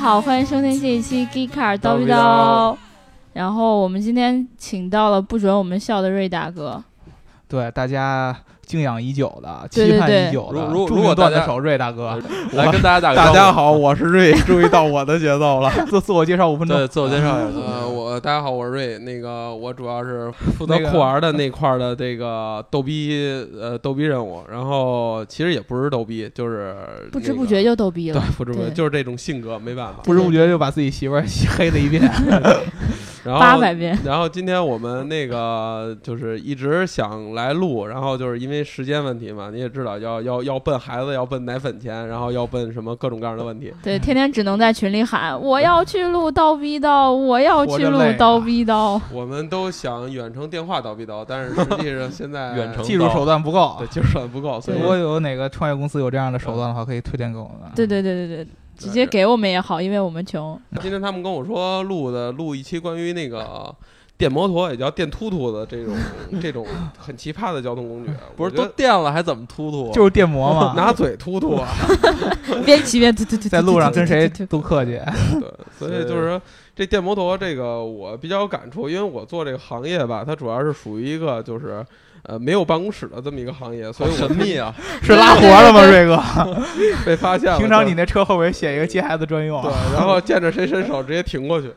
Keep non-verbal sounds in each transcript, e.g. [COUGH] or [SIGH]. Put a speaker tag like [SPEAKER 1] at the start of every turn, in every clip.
[SPEAKER 1] 好，欢迎收听这一期《Geek Car 叨
[SPEAKER 2] 叨
[SPEAKER 1] 逼
[SPEAKER 2] 逼
[SPEAKER 1] 叨》
[SPEAKER 2] 叨。
[SPEAKER 1] 然后我们今天请到了不准我们笑的瑞大哥，
[SPEAKER 3] 对大家敬仰已久的、
[SPEAKER 1] 对对
[SPEAKER 3] 期盼
[SPEAKER 1] 对
[SPEAKER 3] 已久的
[SPEAKER 2] 如如
[SPEAKER 3] 著
[SPEAKER 2] 如
[SPEAKER 3] 名
[SPEAKER 2] 果大
[SPEAKER 3] 段
[SPEAKER 2] 家
[SPEAKER 3] 子手瑞大哥。
[SPEAKER 4] [LAUGHS]
[SPEAKER 2] 来跟大家打个
[SPEAKER 3] 大家
[SPEAKER 2] 招
[SPEAKER 3] 好，我是瑞，注意到我的节奏了。自自我介绍五分
[SPEAKER 2] 呼，
[SPEAKER 3] 钟，
[SPEAKER 2] 对，自我介绍一下。
[SPEAKER 4] 呃，我大家好，我是瑞。那个，我主要是负责
[SPEAKER 2] 那个
[SPEAKER 4] 酷玩的那块儿的这个逗逼呃逗逼任务，然后其实也不是逗逼，就是、
[SPEAKER 1] 不知不觉就逗逼了
[SPEAKER 4] 那个、。对，不知不觉
[SPEAKER 1] 对
[SPEAKER 4] 就是这种性格，没办法。
[SPEAKER 3] 不知不觉就把自己媳妇儿洗黑了一遍。
[SPEAKER 4] 然
[SPEAKER 1] 八
[SPEAKER 4] 后
[SPEAKER 1] 百遍，
[SPEAKER 4] 然后今天我们那个就是一直想来录，然后就是因为时间问题嘛，你也知道要要要奔孩子，要奔奶粉钱，然后要奔什么各种各样的问题。
[SPEAKER 1] 对，天天只能在群里喊我要去录叨逼叨，我要去
[SPEAKER 3] 活
[SPEAKER 1] 录
[SPEAKER 3] 着累啊
[SPEAKER 1] 叨逼叨。
[SPEAKER 4] 我们都想远程电话叨逼叨，但是实际上现在
[SPEAKER 2] 远程
[SPEAKER 3] 技术手段不
[SPEAKER 5] 啊
[SPEAKER 3] 够
[SPEAKER 4] 对，技术手段不够，所以
[SPEAKER 3] 如
[SPEAKER 4] 我
[SPEAKER 3] 果有哪个创业公司有这样的手段的话，可以推荐给我们。
[SPEAKER 1] 对对对对对，直接给我们也好，因为我们穷。
[SPEAKER 4] 今天他们跟我说录的录一期关于那个电摩托，也叫电突突的这种
[SPEAKER 2] [LAUGHS]
[SPEAKER 4] 这种很奇葩的交通工具，
[SPEAKER 2] 不
[SPEAKER 4] 我
[SPEAKER 2] 是
[SPEAKER 4] 觉
[SPEAKER 2] 都
[SPEAKER 4] 得
[SPEAKER 2] 电了还怎么突突？啊
[SPEAKER 3] 就是电摩嘛，
[SPEAKER 4] [LAUGHS] 拿嘴突
[SPEAKER 2] [LAUGHS]
[SPEAKER 4] 突啊？
[SPEAKER 1] 边骑边突突突，
[SPEAKER 3] 在路上跟谁
[SPEAKER 1] 突突突
[SPEAKER 3] 都客气。
[SPEAKER 4] 对，所以就是说这电摩托这个我比较有感触，因为我做这个行业吧，它主要是属于一个就是呃没有办公室的这么一个行业，所
[SPEAKER 2] 好
[SPEAKER 4] 以我
[SPEAKER 2] 神秘 [LAUGHS] 啊！
[SPEAKER 3] 是拉活了吗，瑞哥？
[SPEAKER 4] 被发现了。
[SPEAKER 3] 平常你
[SPEAKER 4] 就
[SPEAKER 3] 那车后边写一个接孩子专用
[SPEAKER 4] 对，，然后见着谁伸手直接停 [LAUGHS] 过去。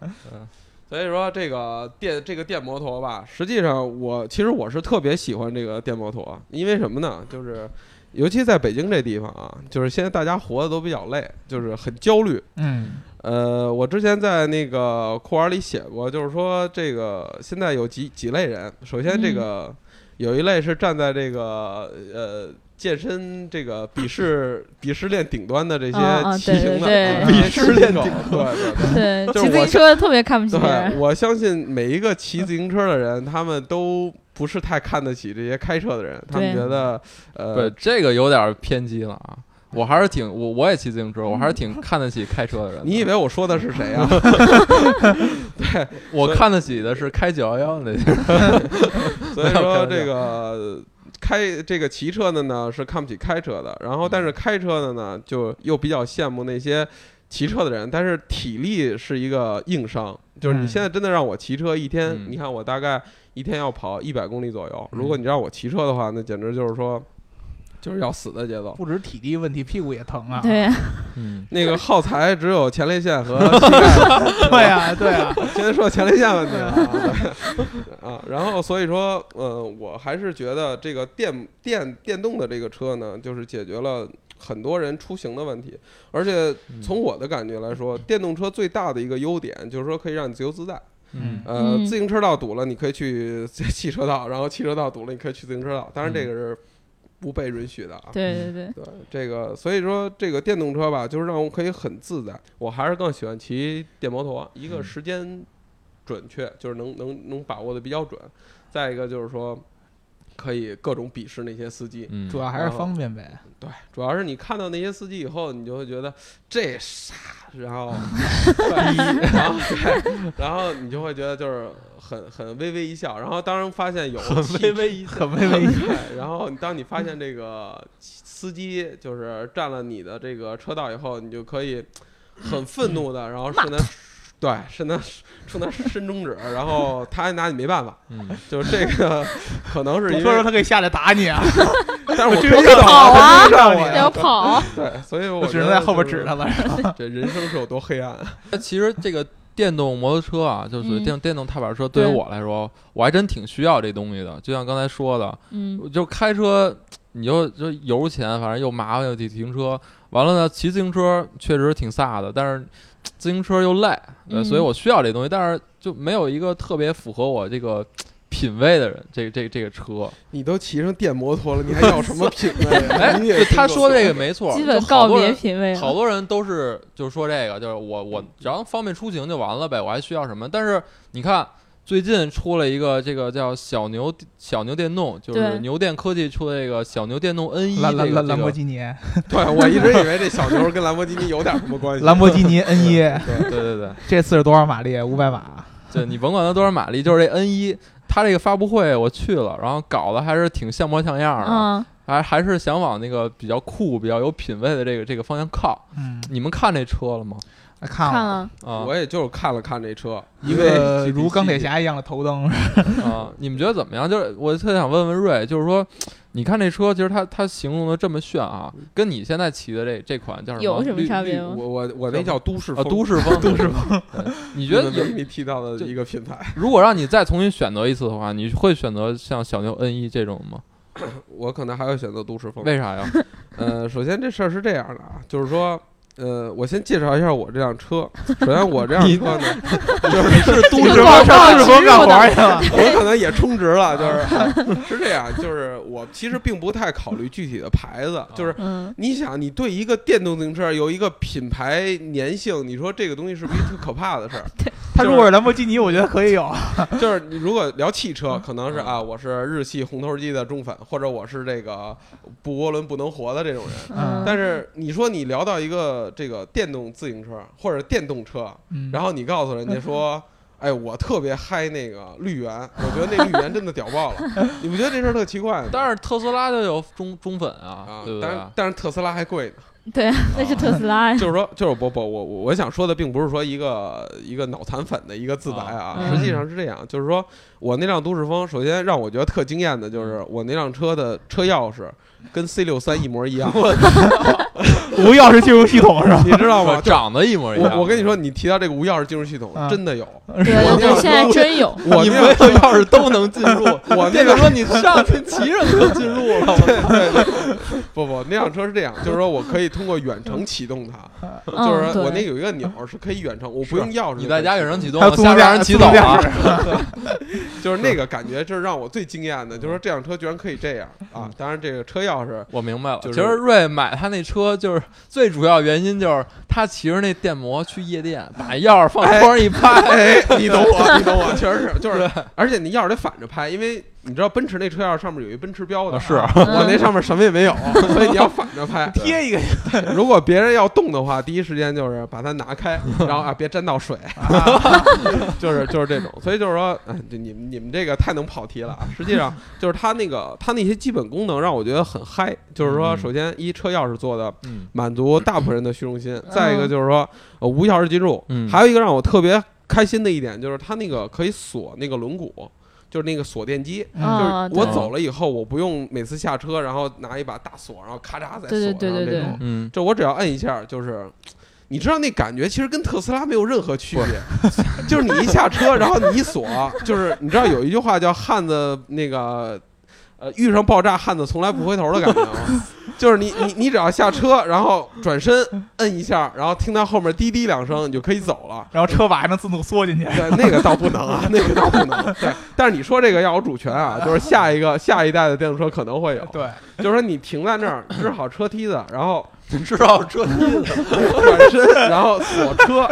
[SPEAKER 4] 嗯所以说这个电这个电摩托吧，实际上我其实我是特别喜欢这个电摩托，因为什么呢？就是尤其在北京这地方啊，就是现在大家活的都比较累，就是很焦虑。
[SPEAKER 3] 嗯，
[SPEAKER 4] 呃，我之前在那个库玩里写过，就是说这个现在有几几类人，首先
[SPEAKER 1] 嗯
[SPEAKER 4] 这个、有一类是站在这个呃。健身这个鄙视鄙视链顶端的这些
[SPEAKER 1] 啊啊
[SPEAKER 4] 骑
[SPEAKER 1] 对
[SPEAKER 4] 行的，
[SPEAKER 1] 对
[SPEAKER 3] 对
[SPEAKER 4] 鄙视链顶
[SPEAKER 3] 对
[SPEAKER 4] 端，
[SPEAKER 1] [LAUGHS]
[SPEAKER 4] 对对
[SPEAKER 1] 对，
[SPEAKER 4] 就是
[SPEAKER 1] 骑自行
[SPEAKER 4] 我
[SPEAKER 1] 车特别看不起别
[SPEAKER 4] 对，
[SPEAKER 1] 人。
[SPEAKER 4] 我相信每一个骑自行车的人，他们都不是太看得起这些开车的人，他们
[SPEAKER 1] 对
[SPEAKER 4] 觉得
[SPEAKER 2] 不是
[SPEAKER 4] 呃，
[SPEAKER 2] 这个有点偏激了啊！我还是挺我我也骑自行车，我还是挺看得起开车的 [LAUGHS] 人的。
[SPEAKER 4] 你以为我说的是谁啊？
[SPEAKER 2] 我看得起的是开九幺幺那 [LAUGHS] 些人， [LAUGHS]
[SPEAKER 4] 所以
[SPEAKER 2] 不要开玩
[SPEAKER 4] 说
[SPEAKER 2] 笑
[SPEAKER 4] 这个开这个骑车的呢是看不起开车的，然后
[SPEAKER 2] 嗯
[SPEAKER 4] 但是开车的呢就又比较羡慕那些骑车的人，但是体力是一个硬伤，就是你
[SPEAKER 3] 嗯
[SPEAKER 4] 现在真的让我骑车一天，
[SPEAKER 2] 嗯
[SPEAKER 4] 你看我大概一天要跑一百公里左右，
[SPEAKER 2] 嗯
[SPEAKER 4] 如果你让我骑车的话，那简直就是说就是要死的节奏。
[SPEAKER 3] 不止体力问题，屁股也疼啊。
[SPEAKER 1] 对，
[SPEAKER 2] 嗯，
[SPEAKER 4] 那个耗材只有前列腺和 [LAUGHS] 膝盖，
[SPEAKER 3] 对啊，对啊，
[SPEAKER 4] 先说前列腺问题了啊对啊。然后所以说，呃，我还是觉得这个电电电动的这个车呢，就是解决了很多人出行的问题，而且
[SPEAKER 2] 嗯
[SPEAKER 4] 从我的感觉来说，电动车最大的一个优点就是说可以让你自由自在。
[SPEAKER 2] 嗯
[SPEAKER 4] 呃，
[SPEAKER 1] 嗯
[SPEAKER 4] 自行车道堵了，你可以去 [LAUGHS] 汽车道；然后汽车道堵了，你可以去自行车道。当然，这个是不被允许的啊。
[SPEAKER 1] 对对对，
[SPEAKER 4] 对这个，所以说这个电动车吧，就是让我可以很自在。我还是更喜欢骑电摩托，一个
[SPEAKER 2] 嗯
[SPEAKER 4] 时间准确，就是能能能把握的比较准；再一个就是说，可以各种鄙视那些司机。
[SPEAKER 2] 嗯，
[SPEAKER 3] 主要还是方便呗。
[SPEAKER 4] 对，主要是你看到那些司机以后，你就会觉得这傻，
[SPEAKER 3] [LAUGHS]
[SPEAKER 4] 然后对然后对，然后你就会觉得就是很很微微一笑，然后当然发现有汽
[SPEAKER 3] 微微一
[SPEAKER 4] [LAUGHS]
[SPEAKER 3] 笑，很微微一笑。
[SPEAKER 4] 对，然后当你发现这个司机就是占了你的这个车道以后，你就可以很愤怒的，然后顺他，对，顺他冲他伸中指，然后他还拿你没办法。
[SPEAKER 2] 嗯，
[SPEAKER 4] 就是这个 [LAUGHS] 可能是
[SPEAKER 3] 我
[SPEAKER 4] 因
[SPEAKER 3] 说说
[SPEAKER 4] 为，
[SPEAKER 3] 他可以下来打你啊，
[SPEAKER 4] 但是我
[SPEAKER 3] 追
[SPEAKER 4] 追
[SPEAKER 3] 不
[SPEAKER 4] 不
[SPEAKER 3] 上
[SPEAKER 4] 到
[SPEAKER 1] 跑啊
[SPEAKER 3] 他追不上我
[SPEAKER 1] 要
[SPEAKER 3] 呀，
[SPEAKER 1] 跑。
[SPEAKER 4] 对，所以
[SPEAKER 3] 我
[SPEAKER 4] 我
[SPEAKER 3] 只能在后边指他
[SPEAKER 4] 了。
[SPEAKER 3] 了。
[SPEAKER 4] 这人生是有多黑暗？啊
[SPEAKER 2] 那其实这个电动摩托车啊，就是
[SPEAKER 1] 嗯
[SPEAKER 2] 电电动踏板车，对于
[SPEAKER 1] 对
[SPEAKER 2] 我来说，我还真挺需要这东西的。就像刚才说的，
[SPEAKER 1] 嗯，
[SPEAKER 2] 就开车，你就就油钱，反正又麻烦又得停车。完了呢，骑自行车确实挺飒的，但是嘖自行车又累，对，
[SPEAKER 1] 嗯
[SPEAKER 2] 所以我需要这东西，但是就没有一个特别符合我这个嘖品味的人，这这这个车。
[SPEAKER 4] 你都骑上电摩托了，你还要什么品味啊？ [LAUGHS]
[SPEAKER 2] 哎，
[SPEAKER 4] 你
[SPEAKER 2] 就
[SPEAKER 4] 也
[SPEAKER 2] 他
[SPEAKER 4] 听
[SPEAKER 2] 说
[SPEAKER 4] 过
[SPEAKER 2] 这个没错，
[SPEAKER 1] 基本
[SPEAKER 2] 就好
[SPEAKER 1] 告
[SPEAKER 2] 多
[SPEAKER 1] 别
[SPEAKER 2] 人
[SPEAKER 1] 品味了。
[SPEAKER 2] 好多人都是就是说这个，就是我我
[SPEAKER 1] 嗯
[SPEAKER 2] 只要方便出行就完了呗，我还需要什么？但是你看最近出了一个这个叫小牛小牛电动，就是
[SPEAKER 1] 对
[SPEAKER 2] 牛电科技出的这个小牛电动 N 一、这
[SPEAKER 3] 兰
[SPEAKER 2] 个
[SPEAKER 3] 兰兰兰
[SPEAKER 2] 这
[SPEAKER 3] 博
[SPEAKER 2] 个
[SPEAKER 3] 基尼，
[SPEAKER 4] 对我一直以为这小牛跟兰博基尼有点什么关系。
[SPEAKER 3] 兰博基尼 N 一，
[SPEAKER 2] 对对对，
[SPEAKER 3] 这次是多少马力？五百马。
[SPEAKER 2] 就你甭管它多少马力，就是这 N 一，它这个发布会我去了，然后搞得还是挺像模像样的，
[SPEAKER 1] 嗯，
[SPEAKER 2] 还还是想往那个比较酷、比较有品位的这个这个方向靠。
[SPEAKER 3] 嗯，
[SPEAKER 2] 你们看这车了吗？
[SPEAKER 3] 看
[SPEAKER 1] 嗯看
[SPEAKER 3] 了
[SPEAKER 1] 了，
[SPEAKER 2] 啊
[SPEAKER 4] 我也就是看了看这车，
[SPEAKER 3] 一
[SPEAKER 4] 因为
[SPEAKER 3] 个
[SPEAKER 4] GT
[SPEAKER 3] 如钢铁侠一样的头灯，
[SPEAKER 2] [LAUGHS] 啊！你们觉得怎么样？就是我特想问问瑞，就是说，你看这车，其实它它形容的这么炫啊，跟你现在骑的这这款叫什么？
[SPEAKER 1] 有什么
[SPEAKER 2] 绿
[SPEAKER 1] 差
[SPEAKER 4] 绿
[SPEAKER 1] 别吗？
[SPEAKER 4] 我我我那叫都市
[SPEAKER 2] 啊，
[SPEAKER 4] 风，
[SPEAKER 2] 都
[SPEAKER 4] [LAUGHS]
[SPEAKER 2] 市风，都市风。你觉得
[SPEAKER 4] 你
[SPEAKER 2] 有？
[SPEAKER 4] 没提到的一个
[SPEAKER 2] [LAUGHS]
[SPEAKER 4] 品牌。
[SPEAKER 2] 如果让你再重新选择一次的话，你会选择像小牛 N 一这种吗？
[SPEAKER 4] 我可能还会选择都市风。
[SPEAKER 2] 为
[SPEAKER 4] [LAUGHS]
[SPEAKER 2] 啥呀？
[SPEAKER 4] 呃，首先这事儿是这样的啊，就是说，呃，我先介绍一下我这辆车。首先，我这辆车
[SPEAKER 2] [LAUGHS]
[SPEAKER 4] 呢，就是
[SPEAKER 3] 是都
[SPEAKER 1] 这
[SPEAKER 3] 市风
[SPEAKER 1] 个广告
[SPEAKER 3] 上都市风
[SPEAKER 1] 植
[SPEAKER 3] 干
[SPEAKER 1] 入的
[SPEAKER 3] 活去
[SPEAKER 1] [LAUGHS]
[SPEAKER 3] 了。
[SPEAKER 4] 我可能也充值了，就是 [LAUGHS] 是这样，就是我其实并不太考虑具体的牌子，就是。
[SPEAKER 1] 嗯，
[SPEAKER 4] 你想，你对一个电动自行车有一个品牌粘性，你说这个东西是不是一特可怕的事儿？ [LAUGHS]
[SPEAKER 3] 他如果是兰博基尼，我觉得可以有。
[SPEAKER 4] 就是你如果聊汽车，可能是啊，我是日系红头机的忠粉，或者我是这个不涡轮不能活的这种人。
[SPEAKER 5] 啊
[SPEAKER 1] 嗯
[SPEAKER 4] 但是你说你聊到一个这个电动自行车或者电动车，
[SPEAKER 3] 嗯
[SPEAKER 4] 然后你告诉人家 [LAUGHS] 说，哎，我特别嗨那个绿源，我觉得那绿源真的屌爆了，你不觉得这事儿特奇怪吗？
[SPEAKER 2] 但是特斯拉就有忠忠粉啊
[SPEAKER 4] 啊，，
[SPEAKER 2] 对不对
[SPEAKER 4] 但是？但是特斯拉还贵呢。
[SPEAKER 1] 对，那是特斯拉呀，
[SPEAKER 4] 就是说，就是不不，我我我想说的并不是说一个一个脑残粉的一个自白啊，
[SPEAKER 1] 啊
[SPEAKER 4] 实际上是这样，就是说我那辆都市风，首先让我觉得特惊艳的就是我那辆车的车钥匙跟 C 六三一模 [LAUGHS] 一样，
[SPEAKER 3] 无钥匙进入系统是吧？
[SPEAKER 4] 你知 [LAUGHS] 道吗？
[SPEAKER 2] 是长得一模一样。
[SPEAKER 4] 啊我我跟你说，你提到这个无钥匙进入系统
[SPEAKER 3] 啊，
[SPEAKER 4] 真的有，
[SPEAKER 1] 对
[SPEAKER 4] 我
[SPEAKER 3] [LAUGHS]
[SPEAKER 1] 对
[SPEAKER 4] 那
[SPEAKER 1] 对，
[SPEAKER 4] 个
[SPEAKER 1] 现在真有，
[SPEAKER 4] 我
[SPEAKER 2] 你没
[SPEAKER 4] 那辆
[SPEAKER 2] 有
[SPEAKER 4] 车
[SPEAKER 2] 钥匙都能进入。
[SPEAKER 4] [LAUGHS] 我那
[SPEAKER 2] 店
[SPEAKER 4] 个
[SPEAKER 2] 长说你上去骑着就进入了。
[SPEAKER 4] 对对对，不不，那辆车是这样，就是说我可以通过远程
[SPEAKER 2] 嗯
[SPEAKER 4] 启动它，就是
[SPEAKER 1] 嗯，
[SPEAKER 4] 说我那
[SPEAKER 1] 对，
[SPEAKER 4] 有一个钮儿是可以远程，我不用钥匙就可以，
[SPEAKER 2] 你在家远程启动
[SPEAKER 3] 还有，自动
[SPEAKER 2] 下边
[SPEAKER 3] 驾
[SPEAKER 2] 让人骑走啊！
[SPEAKER 4] 就是那个感觉，就是让我最惊艳的，就是说这辆车居然可以这样
[SPEAKER 2] 嗯
[SPEAKER 4] 啊！当然，这个车钥匙
[SPEAKER 2] 我明白了，
[SPEAKER 4] 就
[SPEAKER 2] 其
[SPEAKER 4] 是
[SPEAKER 2] 实瑞买他那车就是最主要原因就是他骑着那电摩去夜店，把钥匙放桌上
[SPEAKER 4] [LAUGHS]
[SPEAKER 2] 一拍，
[SPEAKER 4] 哎，你懂我，你懂我，确实是，就是，而且你钥匙得反着拍，因为你知道奔驰那车钥匙上面有一奔驰标的，
[SPEAKER 2] 啊是嗯
[SPEAKER 4] 我那上面什么也没有，所以你要反着拍。
[SPEAKER 3] 贴一个
[SPEAKER 1] [LAUGHS]
[SPEAKER 4] 如果别人要动的话，第一时间就是把它拿开，然后啊别沾
[SPEAKER 1] [LAUGHS]
[SPEAKER 4] 到水， [LAUGHS] 就是就是这种。所以就是说，哎，就你们你们这个太能跑题了
[SPEAKER 1] [LAUGHS]
[SPEAKER 4] 啊。实际上就是它那个它那些基本功能让我觉得很嗨，就是说，
[SPEAKER 2] 嗯
[SPEAKER 4] 首先一车钥匙做的
[SPEAKER 2] 嗯
[SPEAKER 4] 满足大部分人的虚荣
[SPEAKER 1] 嗯
[SPEAKER 4] 心。再一个就是说，呃，无钥匙进入。
[SPEAKER 2] 嗯
[SPEAKER 4] 还有一个让我特别开心的一点就是它那个可以锁那个轮毂，就是那个锁电机。就
[SPEAKER 1] 嗯
[SPEAKER 4] 是
[SPEAKER 1] 啊对
[SPEAKER 4] 我走了以后，我不用每次下车，然后拿一把大锁，然后咔嚓再锁
[SPEAKER 1] 对
[SPEAKER 4] 上
[SPEAKER 1] 对对对
[SPEAKER 4] 这种
[SPEAKER 1] 对。
[SPEAKER 2] 嗯，
[SPEAKER 4] 就我只要摁一下，就是。你知道那感觉其实跟特斯拉没有任何区别， [LAUGHS] 就是你一下车，然后你一锁，就是你知道有一句话叫“汉子那个，呃，遇上爆炸汉子从来不回头”的感觉吗？ [LAUGHS] 就是你你你只要下车，然后转身摁一下，然后听到后面滴滴两声，你就可以走了。
[SPEAKER 3] 然后车把还能自动缩进去。
[SPEAKER 4] 对，那个倒不能啊，那个倒不能。 [LAUGHS] 对，但是你说这个要有主权啊，就是下一个下一代的电动车可能会有，
[SPEAKER 3] 对，
[SPEAKER 2] [LAUGHS]
[SPEAKER 4] 就是说你停在那儿支好车梯子，然 [LAUGHS] 后
[SPEAKER 2] 知道车
[SPEAKER 4] 转身，然后锁车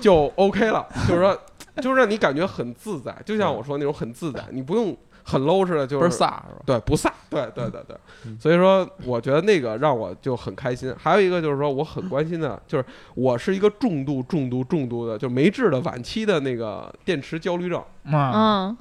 [SPEAKER 4] 就 OK 了。就是说，就是让你感觉很自在，就像我说那种很自在，你不用很 low 似的，就
[SPEAKER 2] 不是
[SPEAKER 4] 是
[SPEAKER 2] 飒是吧？
[SPEAKER 4] 对，不飒，对对对对
[SPEAKER 2] 嗯。
[SPEAKER 4] 所以说，我觉得那个让我就很开心。还有一个就是说，我很关心的，就是我是一个重度、重度、重度的，就没治的晚期的那个电池焦虑症。
[SPEAKER 3] 嗯，
[SPEAKER 1] 嗯，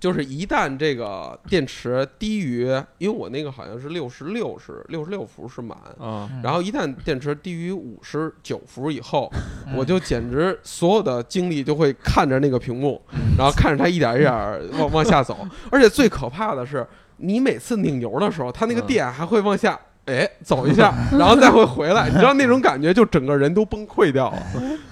[SPEAKER 4] 就是一旦这个电池低于，因为我那个好像是六十六是六十六伏是满，
[SPEAKER 2] 啊，
[SPEAKER 4] 然后一旦电池低于五十九伏以后，
[SPEAKER 2] 嗯
[SPEAKER 4] 我就简直所有的精力就会看着那个屏幕，
[SPEAKER 2] 嗯
[SPEAKER 4] 然后看着它一点一点儿 [LAUGHS] 往往下走。而且最可怕的是，你每次拧油的时候，它那个
[SPEAKER 2] 嗯
[SPEAKER 4] 电还会往下。哎，走一下，然后再会
[SPEAKER 2] [LAUGHS]
[SPEAKER 4] 回来，你知道那种感觉，就整个人都崩溃掉了。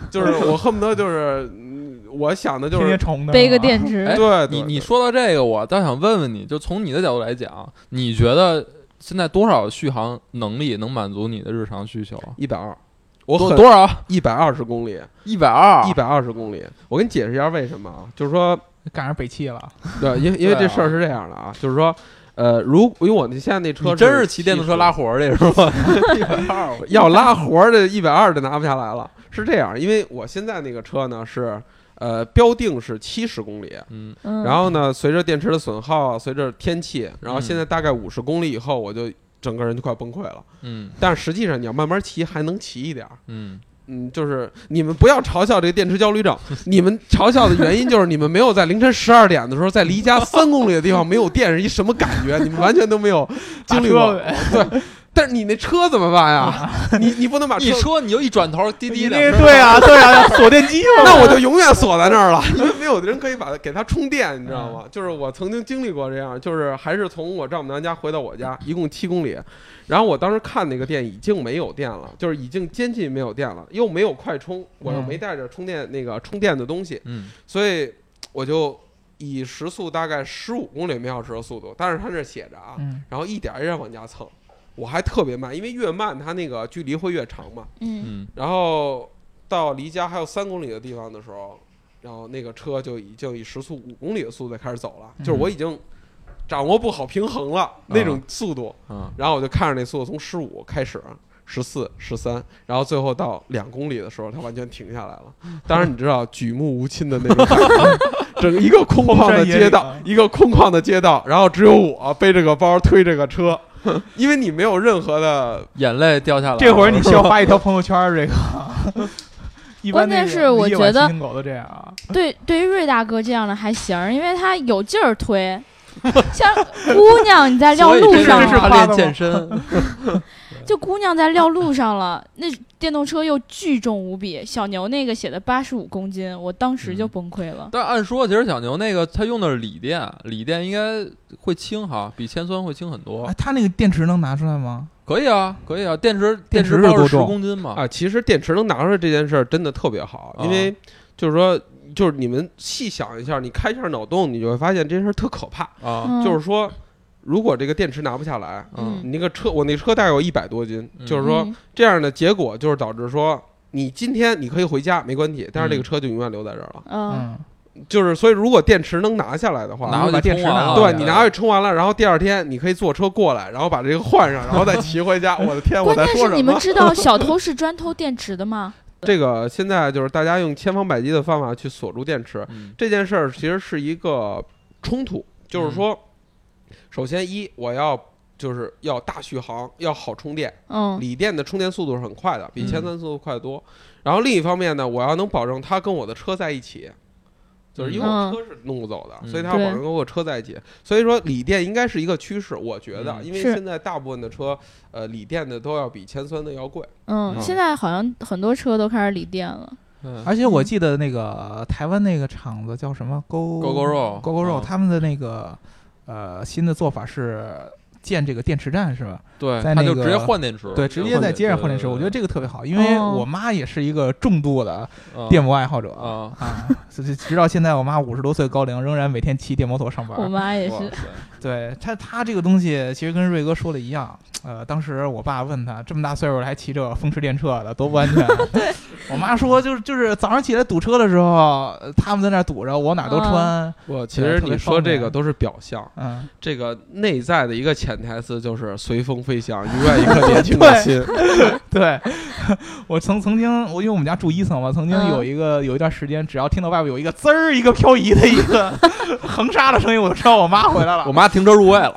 [SPEAKER 4] 就是我恨不得就是，嗯我想的就
[SPEAKER 3] 天
[SPEAKER 4] 是
[SPEAKER 3] 天，重的
[SPEAKER 1] 背个电池
[SPEAKER 2] 哎，
[SPEAKER 4] 对
[SPEAKER 2] 你
[SPEAKER 4] 对
[SPEAKER 2] 你说到这个，我倒想问问你，就从你的角度来讲，你觉得现在多少续航能力能满足你的日常需求啊？
[SPEAKER 4] 一百二，我
[SPEAKER 2] 多
[SPEAKER 4] 很
[SPEAKER 2] 多啊少？
[SPEAKER 4] 一百二十公里，
[SPEAKER 2] 一百二，
[SPEAKER 4] 一百二十公里。我给你解释一下为什么啊，就是说
[SPEAKER 3] 赶上北汽了，
[SPEAKER 4] 对，
[SPEAKER 2] [LAUGHS]
[SPEAKER 4] 因为因为
[SPEAKER 2] 对
[SPEAKER 4] 这
[SPEAKER 2] 啊
[SPEAKER 4] 事儿是这样的啊，就是说，呃，如因为我那现在那车
[SPEAKER 2] 你真是骑电动车拉活儿的是吧？一百二，
[SPEAKER 4] 70要 [LAUGHS] 拉活儿的，一百二就拿不下来了。是这样，因为我现在那个车呢是呃标定是七十公里，
[SPEAKER 2] 嗯
[SPEAKER 1] 嗯，
[SPEAKER 4] 然后呢随着电池的损耗，啊随着天气，然后
[SPEAKER 2] 嗯
[SPEAKER 4] 现在大概五十公里以后我就。整个人就快崩溃了，
[SPEAKER 2] 嗯
[SPEAKER 4] 但实际上你要慢慢骑还能骑一点儿，
[SPEAKER 2] 嗯，
[SPEAKER 4] 嗯，就是你们不要嘲笑这个电池焦虑症，你们嘲笑的原因就是你们没有在凌晨十二点的时候，在离家三公里的地方没有电是一什么感觉，你们完全都没有经历
[SPEAKER 3] 打
[SPEAKER 4] 过
[SPEAKER 3] 车。呗
[SPEAKER 4] 对，但是你那车怎么办呀？你你不
[SPEAKER 3] [LAUGHS]
[SPEAKER 4] 能把车哎
[SPEAKER 2] 一车你就一转头，滴滴
[SPEAKER 3] 你
[SPEAKER 2] 的，
[SPEAKER 3] 那啊对啊，对啊，锁电
[SPEAKER 5] [LAUGHS]
[SPEAKER 3] 机嘛。
[SPEAKER 4] [LAUGHS] 那我就永远锁在那儿了， [LAUGHS] 因为没有人可以把它给它充电，你知道吗？就是我曾经经历过这样，就是还是从我丈母娘家回到我家，一共七公里，然后我当时看那个店已经没有电了，就是已经接近没有电了，又没有快充，我又没带着充电那个充电的东西，
[SPEAKER 2] 嗯，
[SPEAKER 4] 所以我就以时速大概十五公里每小时的速度，但是它这写着啊，
[SPEAKER 3] 嗯
[SPEAKER 4] 然后一点儿一点儿往家蹭，我还特别慢，因为越慢它那个距离会越长嘛。
[SPEAKER 1] 嗯，
[SPEAKER 2] 嗯，
[SPEAKER 4] 然后到离家还有三公里的地方的时候，然后那个车就已经以时速五公里的速度开始走了，
[SPEAKER 3] 嗯
[SPEAKER 4] 就是我已经掌握不好平衡了那种速度。
[SPEAKER 2] 嗯，
[SPEAKER 4] 然后我就看着那速度从十五开始。十四、十三，然后最后到两公里的时候，它完全停下来了。当然，你知道举目无亲的那种
[SPEAKER 3] [LAUGHS]
[SPEAKER 4] 感觉，整个一个空旷的街道
[SPEAKER 3] 荒山野岭啊，
[SPEAKER 4] 一个空旷的街道，然后只有我背着个包推着个车，因为你没有任何的
[SPEAKER 2] 眼泪掉下来了。
[SPEAKER 3] 这会
[SPEAKER 2] [LAUGHS]
[SPEAKER 3] 儿你 [LAUGHS] 需要发一条朋友圈儿，这 [LAUGHS] 个。一般那
[SPEAKER 1] 关键
[SPEAKER 3] 个
[SPEAKER 1] 是我
[SPEAKER 3] 夜晚
[SPEAKER 1] 觉得
[SPEAKER 3] 骑行狗都这样啊，
[SPEAKER 1] 对，对于瑞大哥这样的还行，因为他有劲儿推。像姑娘，你在撂
[SPEAKER 2] 所以
[SPEAKER 1] 路
[SPEAKER 2] 这
[SPEAKER 1] 上
[SPEAKER 2] 就是
[SPEAKER 1] 了，
[SPEAKER 2] 他练健身，
[SPEAKER 1] 就姑娘在撂路上了，那电动车又巨重无比。小牛那个写的八十五公斤，我当时就
[SPEAKER 2] 嗯
[SPEAKER 1] 崩溃了。
[SPEAKER 2] [LAUGHS] 但按说其实小牛那个他用的是锂电，锂电应该会轻哈，比铅酸会轻很多
[SPEAKER 5] 哎，。它那个电池能拿出来吗？
[SPEAKER 2] 可以啊，可以啊，电池
[SPEAKER 3] 电池
[SPEAKER 2] 池
[SPEAKER 3] 是
[SPEAKER 2] 包
[SPEAKER 3] 多
[SPEAKER 2] 是十
[SPEAKER 3] 重
[SPEAKER 2] 公斤嘛，
[SPEAKER 4] 啊，其实电池能拿出来这件事儿真的特别好，因
[SPEAKER 2] 啊
[SPEAKER 4] 为就是说，就是你们细想一下，你开一下脑洞，你就会发现这件事儿特可怕。
[SPEAKER 2] 啊，
[SPEAKER 1] 嗯、
[SPEAKER 4] 哦就是说，如果这个电池拿不下来，
[SPEAKER 2] 嗯
[SPEAKER 1] 嗯
[SPEAKER 4] 你那个车，我那车大概有一百多斤，就是说
[SPEAKER 1] 嗯
[SPEAKER 4] 这样的结果就是导致说。你今天你可以回家没问题，但是这
[SPEAKER 2] 嗯
[SPEAKER 4] 个车就永远留在这儿了。
[SPEAKER 1] 嗯，
[SPEAKER 5] 嗯，
[SPEAKER 4] 就是所以，如果电池能拿下来的话，
[SPEAKER 2] 拿
[SPEAKER 3] 把
[SPEAKER 2] 回去
[SPEAKER 3] 电
[SPEAKER 2] 充
[SPEAKER 3] 池
[SPEAKER 2] 完
[SPEAKER 3] 拿
[SPEAKER 2] 了，
[SPEAKER 3] 回
[SPEAKER 4] 对你拿去充完了，然后第二天你可以坐车过来，然后把这个换上，然后再骑回
[SPEAKER 2] [LAUGHS]
[SPEAKER 4] 家。我的天，我
[SPEAKER 1] 关
[SPEAKER 4] 在
[SPEAKER 1] 键
[SPEAKER 4] 说
[SPEAKER 1] 是
[SPEAKER 4] 什
[SPEAKER 1] 你
[SPEAKER 4] 么
[SPEAKER 1] 们？知道
[SPEAKER 4] [LAUGHS]
[SPEAKER 1] 小偷是专偷电池的吗？
[SPEAKER 4] 这个现在就是大家用千方百计的方法去锁住电池，
[SPEAKER 2] 嗯
[SPEAKER 4] 这件事儿其实是一个冲突，就是说，
[SPEAKER 1] 嗯
[SPEAKER 4] 首先一我要就是要大续航，要好充电，
[SPEAKER 1] 嗯
[SPEAKER 4] 锂电的充电速度是很快的，比
[SPEAKER 2] 嗯
[SPEAKER 4] 铅酸速度快得多。然后另一方面呢，我要能保证它跟我的车在一起。就是因为我
[SPEAKER 1] 嗯
[SPEAKER 4] 车是弄不走的，
[SPEAKER 2] 嗯
[SPEAKER 4] 所以它要保证跟我车在一起。所以说锂电应该是一个趋势，我觉得，
[SPEAKER 2] 嗯
[SPEAKER 4] 因为
[SPEAKER 1] 是
[SPEAKER 4] 现在大部分的车，呃，锂电的都要比铅酸的要贵。
[SPEAKER 1] 嗯，
[SPEAKER 2] 嗯
[SPEAKER 1] 现在好像很多车都开始锂电了。
[SPEAKER 2] 嗯
[SPEAKER 5] 而且我记得那个台湾那个厂子叫什么勾
[SPEAKER 2] 狗狗肉，
[SPEAKER 5] 勾勾肉，
[SPEAKER 2] 嗯
[SPEAKER 5] 他们的那个呃新的做法是建这个电池站是吧？
[SPEAKER 2] 对，
[SPEAKER 5] 在
[SPEAKER 2] 他
[SPEAKER 5] 那
[SPEAKER 2] 就
[SPEAKER 5] 个
[SPEAKER 2] 直接换电池，
[SPEAKER 5] 对，直接在街上换电池，我觉得这个特别好，因为
[SPEAKER 1] 哦
[SPEAKER 5] 我妈也是一个重度的
[SPEAKER 2] 个
[SPEAKER 5] 电摩爱好者
[SPEAKER 2] 啊，
[SPEAKER 5] [LAUGHS] 啊，所以直到现在，我妈五十多岁高龄，仍然每天骑电摩托上
[SPEAKER 1] 我
[SPEAKER 5] 班。
[SPEAKER 1] 妈也
[SPEAKER 2] 哇
[SPEAKER 1] 是，
[SPEAKER 2] 塞
[SPEAKER 5] 对她，她这个东西其实跟瑞哥说的一样。呃，当时我爸问她，这么大岁数了还骑这风驰电掣的，多不安全。啊
[SPEAKER 1] [LAUGHS]
[SPEAKER 5] 我妈说，就是就是早上起来堵车的时候，呃他们在那儿堵着，我哪儿都
[SPEAKER 1] 啊
[SPEAKER 5] 穿。
[SPEAKER 4] 我其
[SPEAKER 5] 对
[SPEAKER 4] 实
[SPEAKER 5] 特别
[SPEAKER 4] 你说
[SPEAKER 5] 方便
[SPEAKER 4] 这个都是表象，
[SPEAKER 5] 嗯，
[SPEAKER 4] 这个内在的一个潜台词就是随风飞翔，永远一
[SPEAKER 5] [LAUGHS]
[SPEAKER 4] 颗年轻的心。
[SPEAKER 5] 对， [LAUGHS] 我曾曾经，我因为我们家住一层嘛，曾经
[SPEAKER 1] 嗯
[SPEAKER 5] 有一个、有一段时间，只要听到外边有一个滋儿一个漂移的一个 [LAUGHS] 横沙的声音，我就知道我妈回来了
[SPEAKER 2] 我。妈停车入位了，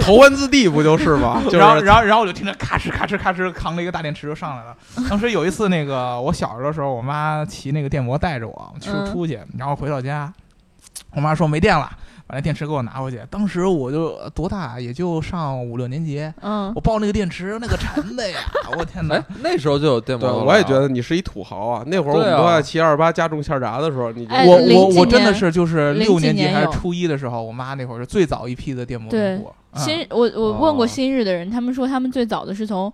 [SPEAKER 4] 头文字 D 不就
[SPEAKER 1] [LAUGHS]
[SPEAKER 4] 是
[SPEAKER 5] [LAUGHS]
[SPEAKER 4] 吗？就
[SPEAKER 5] 然后，
[SPEAKER 4] 是
[SPEAKER 5] 然后，然后我就听着咔哧咔哧咔哧扛着一个大电池就上
[SPEAKER 1] [LAUGHS]
[SPEAKER 5] 来了。当时有一次，那个我小时候的时候，我妈骑那个电摩带着我去
[SPEAKER 1] 嗯
[SPEAKER 5] 出去，然后回到家，我妈说没电了，把那电池给我拿回去。当时我就呃多大，也就上五六年级，
[SPEAKER 1] 嗯
[SPEAKER 5] 我抱那个电池那个沉的呀，我天哪
[SPEAKER 2] 哎！，那时候就有电摩
[SPEAKER 4] 对，
[SPEAKER 2] 托了啊，
[SPEAKER 4] 我也觉得你是一土豪啊。那会儿我
[SPEAKER 2] 对
[SPEAKER 4] 们
[SPEAKER 2] 啊
[SPEAKER 4] 都在骑二八加重线闸的时候，你就
[SPEAKER 1] 哎
[SPEAKER 5] 我
[SPEAKER 1] 零
[SPEAKER 5] 我
[SPEAKER 1] 几
[SPEAKER 5] 我真的
[SPEAKER 1] 年
[SPEAKER 5] 是就是
[SPEAKER 1] 零
[SPEAKER 5] 六
[SPEAKER 1] 几
[SPEAKER 5] 年级
[SPEAKER 1] 年
[SPEAKER 5] 还是
[SPEAKER 1] 有
[SPEAKER 5] 初一的时候，我妈那会儿是最早一批的电摩
[SPEAKER 1] 对
[SPEAKER 5] 用户。嗯
[SPEAKER 1] 新我我问过
[SPEAKER 2] 哦
[SPEAKER 1] 新日的人，他们说他们最早的是从，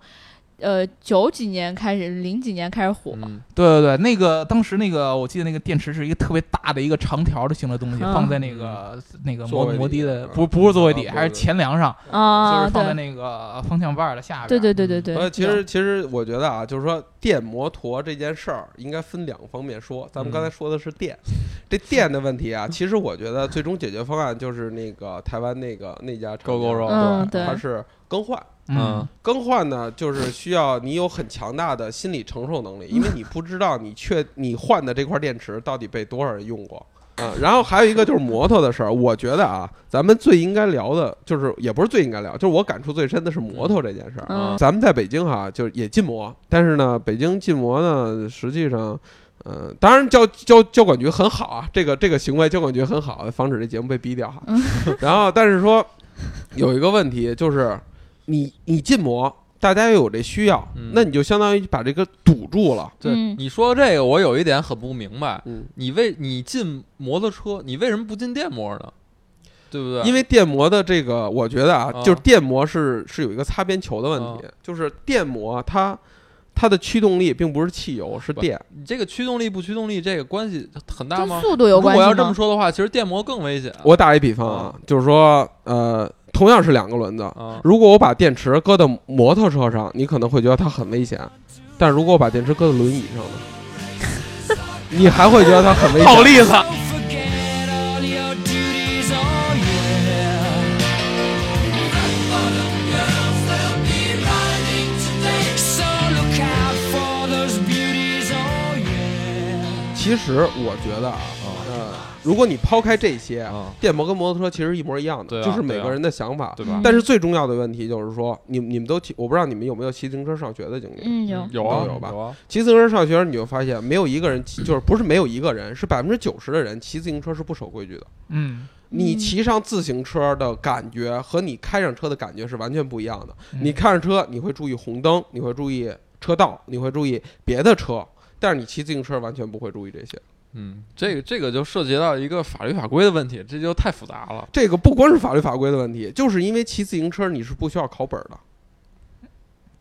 [SPEAKER 1] 呃九几年开始，零几年开始火。
[SPEAKER 2] 嗯，
[SPEAKER 5] 对对对，那个当时那个我记得那个电池是一个特别大的一个长条的形的东西，
[SPEAKER 1] 嗯
[SPEAKER 5] 放在那个那个
[SPEAKER 4] 座
[SPEAKER 5] 摩
[SPEAKER 4] 位底
[SPEAKER 5] 摩的的
[SPEAKER 4] 嗯
[SPEAKER 5] 不不是座位底，
[SPEAKER 4] 啊
[SPEAKER 5] 还是前梁上，就
[SPEAKER 1] 啊，
[SPEAKER 5] 是放在
[SPEAKER 1] 对
[SPEAKER 5] 那个方向盘的下边。
[SPEAKER 1] 对对对对对，
[SPEAKER 4] 呃，其实其实我觉得啊，就是说电摩托这件事儿应该分两方面说。咱们
[SPEAKER 5] 嗯
[SPEAKER 4] 刚才说的是电，这电的问题啊，其实我觉得最终解决方案就是那个台湾那个那家厂
[SPEAKER 2] Gogoro
[SPEAKER 1] 嗯
[SPEAKER 4] 对，
[SPEAKER 1] 对
[SPEAKER 4] 它是更换。
[SPEAKER 5] 嗯，
[SPEAKER 4] 更换呢，就是需要你有很强大的心理承受能力，因为你不知道你确你换的这块电池到底被多少人用过。 [LAUGHS] 啊、然后还有一个就是摩托的事儿，我觉得啊，咱们最应该聊的，就是也不是最应该聊，就是我感触最深的是摩托这件事儿。
[SPEAKER 1] 嗯
[SPEAKER 4] 咱们在北京哈，就是也禁摩，但是呢，北京禁摩呢，实际上，嗯、当然交交交管局很好啊，这个这个行为交管局很好，防止这节目被逼掉哈。然后，但是说有一个问题就是，你你禁摩，大家又有这需要，
[SPEAKER 2] 嗯
[SPEAKER 4] 那你就相当于把这个堵住了。
[SPEAKER 2] 对，
[SPEAKER 1] 嗯
[SPEAKER 2] 你说这个我有一点很不明白，
[SPEAKER 4] 嗯，
[SPEAKER 2] 你为你进摩托车，你为什么不进电摩呢？对不对？
[SPEAKER 4] 因为电摩的这个，我觉得啊，
[SPEAKER 2] 啊
[SPEAKER 4] 就是电摩是是有一个擦边球的问
[SPEAKER 2] 嗯
[SPEAKER 4] 题，就是电摩它它的驱动力并不是汽油，是
[SPEAKER 2] 不
[SPEAKER 4] 电。
[SPEAKER 2] 你这个驱动力不驱动力这个关系很大
[SPEAKER 1] 跟
[SPEAKER 2] 吗？
[SPEAKER 1] 速度有
[SPEAKER 2] 如
[SPEAKER 1] 关
[SPEAKER 2] 果
[SPEAKER 1] 系
[SPEAKER 2] 要这么
[SPEAKER 1] 吗？
[SPEAKER 2] 说的话，其实电摩更危险。
[SPEAKER 4] 我打一比方
[SPEAKER 2] 嗯
[SPEAKER 4] 啊，就是说，呃，同样是两个轮子，
[SPEAKER 2] 啊，
[SPEAKER 4] 如果我把电池搁到摩托车上，你可能会觉得它很危险；但如果我把电池搁到轮椅上呢， [LAUGHS] 你还会觉得它很危险。
[SPEAKER 5] 好例子，
[SPEAKER 6] forget all your duties, oh yeah. So look
[SPEAKER 5] 嗯
[SPEAKER 6] out for those beauties, oh yeah.
[SPEAKER 4] 其实我觉得啊，
[SPEAKER 2] 嗯
[SPEAKER 4] 呃，如果你抛开这些，
[SPEAKER 2] 啊，
[SPEAKER 4] 电摩跟摩托车其实一模一样
[SPEAKER 2] 对
[SPEAKER 4] 的，
[SPEAKER 2] 啊
[SPEAKER 4] 就是每个人的想法。
[SPEAKER 2] 对吧？
[SPEAKER 4] 但是最重要的问题就是说，你你们都骑，我不知道你们有没有骑自行车上学的经历。
[SPEAKER 1] 嗯，有
[SPEAKER 2] 有啊
[SPEAKER 4] 都有吧
[SPEAKER 2] 啊，
[SPEAKER 4] 骑自行车上学，你就发现没有一个人骑，就是不是没有一个人，是百分之九十的人骑自行车是不守规矩的。
[SPEAKER 5] 嗯，
[SPEAKER 4] 你
[SPEAKER 1] 嗯
[SPEAKER 4] 骑上自行车的感觉和你开上车的感觉是完全不一样的。
[SPEAKER 5] 嗯
[SPEAKER 4] 你开上车，你会注意红灯，你会注意车道，你会注意别的车，但是你骑自行车完全不会注意这些。
[SPEAKER 2] 嗯，这个这个就涉及到一个法律法规的问题，这就太复杂了。
[SPEAKER 4] 这个不光是法律法规的问题，就是因为骑自行车你是不需要考本儿的，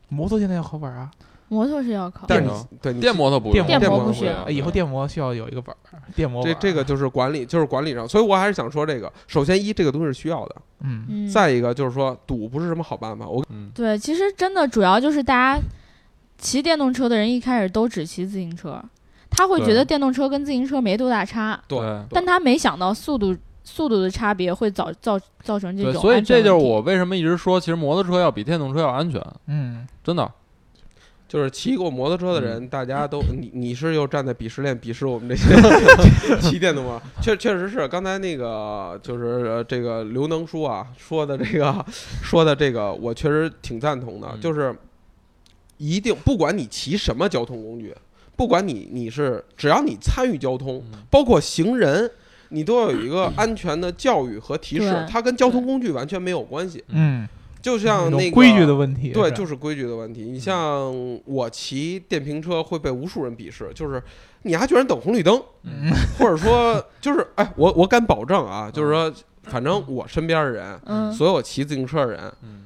[SPEAKER 5] 摩托现在要考本啊，
[SPEAKER 1] 摩托是要考，
[SPEAKER 4] 但是
[SPEAKER 2] 电
[SPEAKER 4] 你对你
[SPEAKER 2] 电摩托不用
[SPEAKER 5] 电
[SPEAKER 1] 摩
[SPEAKER 4] 嗯摩
[SPEAKER 1] 不
[SPEAKER 4] 需
[SPEAKER 1] 需
[SPEAKER 4] 要
[SPEAKER 1] 要
[SPEAKER 5] 哎以后电摩需要有一个本儿，电摩
[SPEAKER 4] 这
[SPEAKER 5] 本儿
[SPEAKER 4] 这个就是管理，就是管理上，所以我还是想说这个。首先一，这个东西是需要的；
[SPEAKER 5] 嗯，
[SPEAKER 1] 嗯，
[SPEAKER 4] 再一个就是说堵不是什么好办法。我
[SPEAKER 2] 嗯，
[SPEAKER 1] 对，其实真的主要就是大家骑电动车的人一开始都只骑自行车，他会觉
[SPEAKER 2] 对
[SPEAKER 1] 得电动车跟自行车没多大差，
[SPEAKER 4] 对
[SPEAKER 2] 对，
[SPEAKER 1] 但他没想到速度速度的差别会造造造成这
[SPEAKER 2] 对，
[SPEAKER 1] 种，
[SPEAKER 2] 所以这就是我为什么一直说，其实摩托车要比电动车要安全，
[SPEAKER 5] 嗯，
[SPEAKER 2] 真的。
[SPEAKER 4] 就是骑过摩托车的人，大家都你你是又站在鄙视链鄙视我们这些
[SPEAKER 5] [LAUGHS]
[SPEAKER 4] 骑电动吗？确确实是，刚才那个就是呃这个刘能叔啊说的这个说的这个，我确实挺赞同的，
[SPEAKER 2] 嗯
[SPEAKER 4] 就是一定不管你骑什么交通工具，不管你你是只要你参与交通，
[SPEAKER 2] 嗯
[SPEAKER 4] 包括行人。你都要有一个安全的教育和提示
[SPEAKER 1] 对，
[SPEAKER 4] 它跟交通工具完全没有关系。
[SPEAKER 5] 嗯，
[SPEAKER 4] 就像
[SPEAKER 5] 有
[SPEAKER 4] 那个
[SPEAKER 5] 规矩的问题，
[SPEAKER 4] 对，
[SPEAKER 5] 是
[SPEAKER 4] 就
[SPEAKER 5] 吧嗯
[SPEAKER 4] 是规矩的问题。你像我骑电瓶车会被无数人鄙视，就是你还居然等红绿灯，
[SPEAKER 5] 嗯
[SPEAKER 4] 或者
[SPEAKER 5] [LAUGHS]
[SPEAKER 4] 说就是哎，我我敢保证啊，就是说，
[SPEAKER 5] 嗯
[SPEAKER 4] 反正我身边的人，
[SPEAKER 1] 嗯
[SPEAKER 4] 所有骑自行车的人，
[SPEAKER 2] 嗯，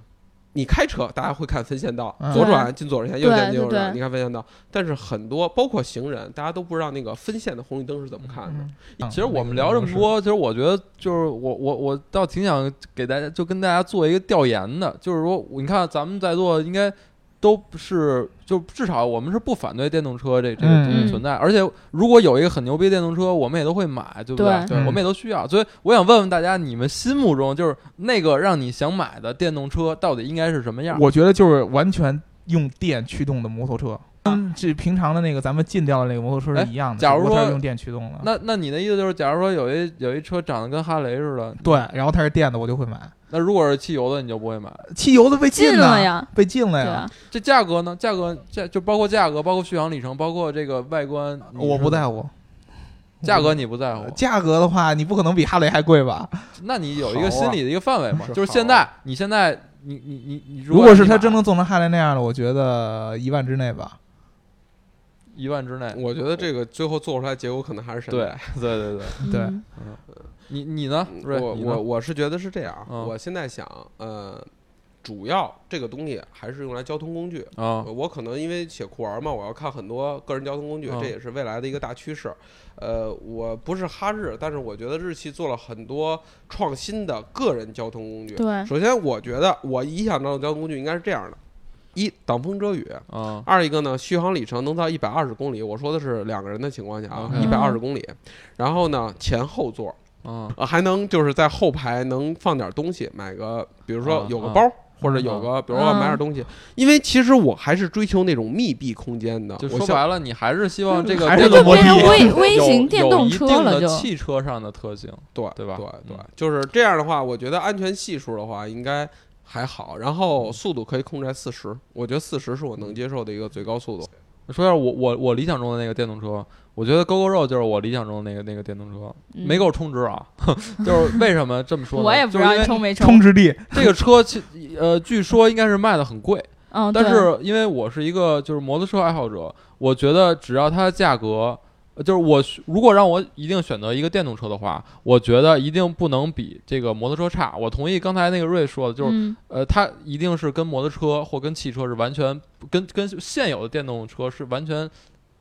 [SPEAKER 4] 你开车大家会看分线道，
[SPEAKER 5] 嗯
[SPEAKER 4] 左转进左线，右转进右
[SPEAKER 1] 啊对对
[SPEAKER 4] 转，
[SPEAKER 1] 对
[SPEAKER 4] 你看分线道。但是很多包括行人，大家都不知道那个分线的红绿灯是怎么看的。
[SPEAKER 5] 嗯
[SPEAKER 2] 其实我们聊这么，多，其实我觉得就是我我我倒挺想给大家就跟大家做一个调研的，就是说你看咱们在座应该都不是，就至少我们是不反对电动车这这个
[SPEAKER 5] 嗯
[SPEAKER 2] 东西存在，而且如果有一个很牛逼的电动车，我们也都会买，对不
[SPEAKER 1] 对
[SPEAKER 2] 对，我们也都需要。所以我想问问大家，你们心目中就是那个让你想买的电动车到底应该是什么样？
[SPEAKER 5] 我觉得就是完全用电驱动的摩托车，跟这平常的那个咱们禁掉的那个摩托车
[SPEAKER 2] 哎
[SPEAKER 5] 是一样的，
[SPEAKER 2] 假如
[SPEAKER 5] 只不过它
[SPEAKER 2] 说
[SPEAKER 5] 是用电驱动的，
[SPEAKER 2] 那那你的意思就是，假如说有一有一车长得跟哈雷似的，
[SPEAKER 5] 对，然后它是电的，我就会买。
[SPEAKER 2] 那如果是汽油的，你就不会买。
[SPEAKER 5] 汽油的被
[SPEAKER 1] 进了
[SPEAKER 5] 了，
[SPEAKER 1] 呀，
[SPEAKER 5] 被禁了
[SPEAKER 1] 对
[SPEAKER 5] 呀
[SPEAKER 1] 啊，，
[SPEAKER 2] 这价格呢？价格价就包括价格，包括续航里程，包括这个外观，你
[SPEAKER 5] 我
[SPEAKER 2] 是
[SPEAKER 5] 不在乎。
[SPEAKER 2] 价格，你不在乎，
[SPEAKER 5] 价格的话，你不可能比哈雷还贵吧？
[SPEAKER 2] 那你有
[SPEAKER 5] 啊
[SPEAKER 2] 一个心理的一个范围嘛？
[SPEAKER 4] 是
[SPEAKER 2] 就是现在，你现在，你你你你，
[SPEAKER 5] 如果是它真
[SPEAKER 2] 正
[SPEAKER 5] 能做成哈雷那样的，我觉得一万之内吧。
[SPEAKER 2] 一万之内，
[SPEAKER 4] 我觉得这个最后做出来结果可能还是山
[SPEAKER 2] 对
[SPEAKER 4] 寨。
[SPEAKER 2] 对对对，
[SPEAKER 5] 对
[SPEAKER 1] 嗯
[SPEAKER 2] 你你呢？瑞
[SPEAKER 4] 嗯我
[SPEAKER 2] 你呢
[SPEAKER 4] 我我是觉得是这样啊，
[SPEAKER 2] 嗯
[SPEAKER 4] 我现在想，呃，主要这个东西还是用来交通工具。
[SPEAKER 2] 啊
[SPEAKER 4] 我可能因为写酷玩嘛，我要看很多个人交通工具，
[SPEAKER 2] 嗯
[SPEAKER 4] 这也是未来的一个大趋势。呃，我不是哈日，但是我觉得日系做了很多创新的个人交通工具。
[SPEAKER 1] 对，
[SPEAKER 4] 首先，我觉得我理想中的交通工具应该是这样的：一挡风遮雨，
[SPEAKER 2] 啊
[SPEAKER 4] 二一个呢，续航里程能到一百二十公里。我说的是两个人的情况下啊，一
[SPEAKER 2] OK
[SPEAKER 4] 百二十公里。然后呢，前后座，
[SPEAKER 2] 啊
[SPEAKER 4] 呃，还能就是在后排能放点东西，买个比如说
[SPEAKER 2] 啊
[SPEAKER 4] 有个
[SPEAKER 2] 啊
[SPEAKER 4] 包，或者有个比如说买点东西，因为其实我还是追求那种密闭空间的。
[SPEAKER 2] 就
[SPEAKER 4] 我
[SPEAKER 2] 说
[SPEAKER 4] 像
[SPEAKER 2] 白了，你还是希望这个
[SPEAKER 5] 还是
[SPEAKER 2] 电
[SPEAKER 1] 就
[SPEAKER 2] 动
[SPEAKER 5] 摩
[SPEAKER 1] 变成
[SPEAKER 5] 的
[SPEAKER 1] 微微
[SPEAKER 2] 有
[SPEAKER 1] 型电动车
[SPEAKER 2] 有
[SPEAKER 1] 了
[SPEAKER 2] 一定
[SPEAKER 1] 就
[SPEAKER 2] 的。汽车上的特性，
[SPEAKER 4] 对
[SPEAKER 2] 对吧
[SPEAKER 4] 对对
[SPEAKER 2] 嗯，
[SPEAKER 4] 就是这样的话，我觉得安全系数的话应该还好，然后速度可以控制在四十，我觉得四十是我能接受的一个最高速度。
[SPEAKER 2] 说一下我我我理想中的那个电动车，我觉得 GoGo 肉就是我理想中的那个那个电动车，
[SPEAKER 1] 嗯
[SPEAKER 2] 没给我充值啊， [LAUGHS] 就是为什么这么说呢？
[SPEAKER 1] 我也不
[SPEAKER 2] 就
[SPEAKER 1] 知
[SPEAKER 2] 是
[SPEAKER 1] 道
[SPEAKER 2] 因
[SPEAKER 1] 你
[SPEAKER 2] 为
[SPEAKER 1] 充没
[SPEAKER 5] 充。值力，
[SPEAKER 1] [LAUGHS]
[SPEAKER 2] 这个车其，呃，据说应该是卖的很贵，
[SPEAKER 1] 嗯，
[SPEAKER 2] 但
[SPEAKER 1] 对
[SPEAKER 2] 是因为我是一个就是摩托车爱好者，我觉得只要它的价格，呃就是我选如果让我一定选择一个电动车的话，我觉得一定不能比这个摩托车差。我同意刚才那个瑞说的，就是、
[SPEAKER 1] 嗯
[SPEAKER 2] 呃，它一定是跟摩托车或跟汽车是完全跟跟现有的电动车是完全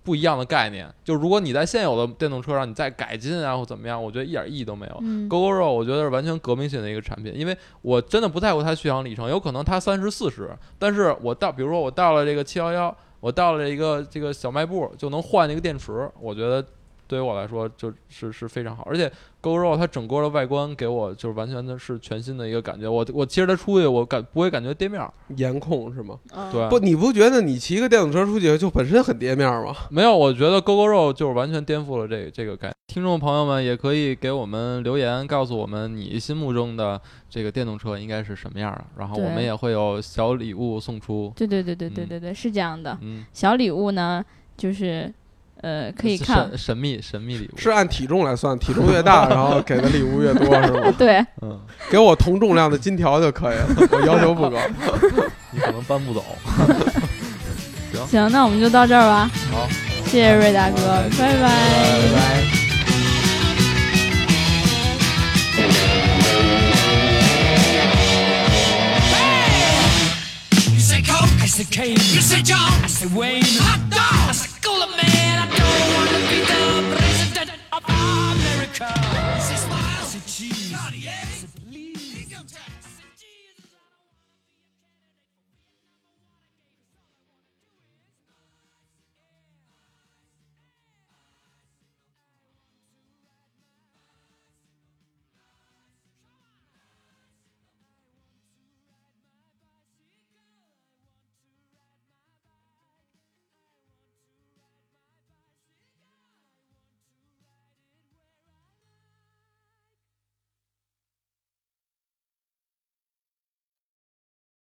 [SPEAKER 2] 不一样的概念。就如果你在现有的电动车上你再改进啊或怎么样，我觉得一点意义都没有。
[SPEAKER 1] 嗯
[SPEAKER 2] GoGo 肉，我觉得是完全革命性的一个产品，因为我真的不在乎它续航里程，有可能它三十四十，但是我到，比如说我到了这个七幺幺，我到了一个这个小卖部就能换一个电池，我觉得对于我来说就是是非常好，而且 GoGo 肉它整个的外观给我就是完全的是全新的一个感觉，我我骑着它出去，我感不会感觉跌面儿，
[SPEAKER 4] 颜控是吗？
[SPEAKER 1] 嗯
[SPEAKER 2] 对，啊
[SPEAKER 4] 不，你不觉得你骑一个电动车出去就本身很跌面吗？
[SPEAKER 2] [LAUGHS] 没有，我觉得 GoGo 肉就是完全颠覆了这这个概念。听众朋友们也可以给我们留言，告诉我们你心目中的这个电动车应该是什么样儿，然后
[SPEAKER 1] 对
[SPEAKER 2] 我们也会有小礼物送出。
[SPEAKER 1] 对对对对对
[SPEAKER 2] 嗯
[SPEAKER 1] 对对，是这样的。
[SPEAKER 2] 嗯，
[SPEAKER 1] 小礼物呢，就是呃，可以
[SPEAKER 2] 是
[SPEAKER 1] 看，
[SPEAKER 2] 神神秘神秘礼物。
[SPEAKER 4] 是按体重来算，体重越大，然后给的礼物越多是吗？ [LAUGHS]
[SPEAKER 1] 对，
[SPEAKER 2] 嗯，
[SPEAKER 4] 给我同重量的金条就可以了，我要求不高。
[SPEAKER 2] 你可能搬不走。
[SPEAKER 1] 行，那我们就到这儿吧。
[SPEAKER 2] 好，
[SPEAKER 1] 谢谢瑞大哥，拜拜
[SPEAKER 5] 拜拜。
[SPEAKER 6] You say Coke, I say Kane. You say John, I say Wayne. Hot dog, I say Cooler Man. I don't wanna be the president of America. You say smile, I say cheese. Naughty, I say please. Income tax.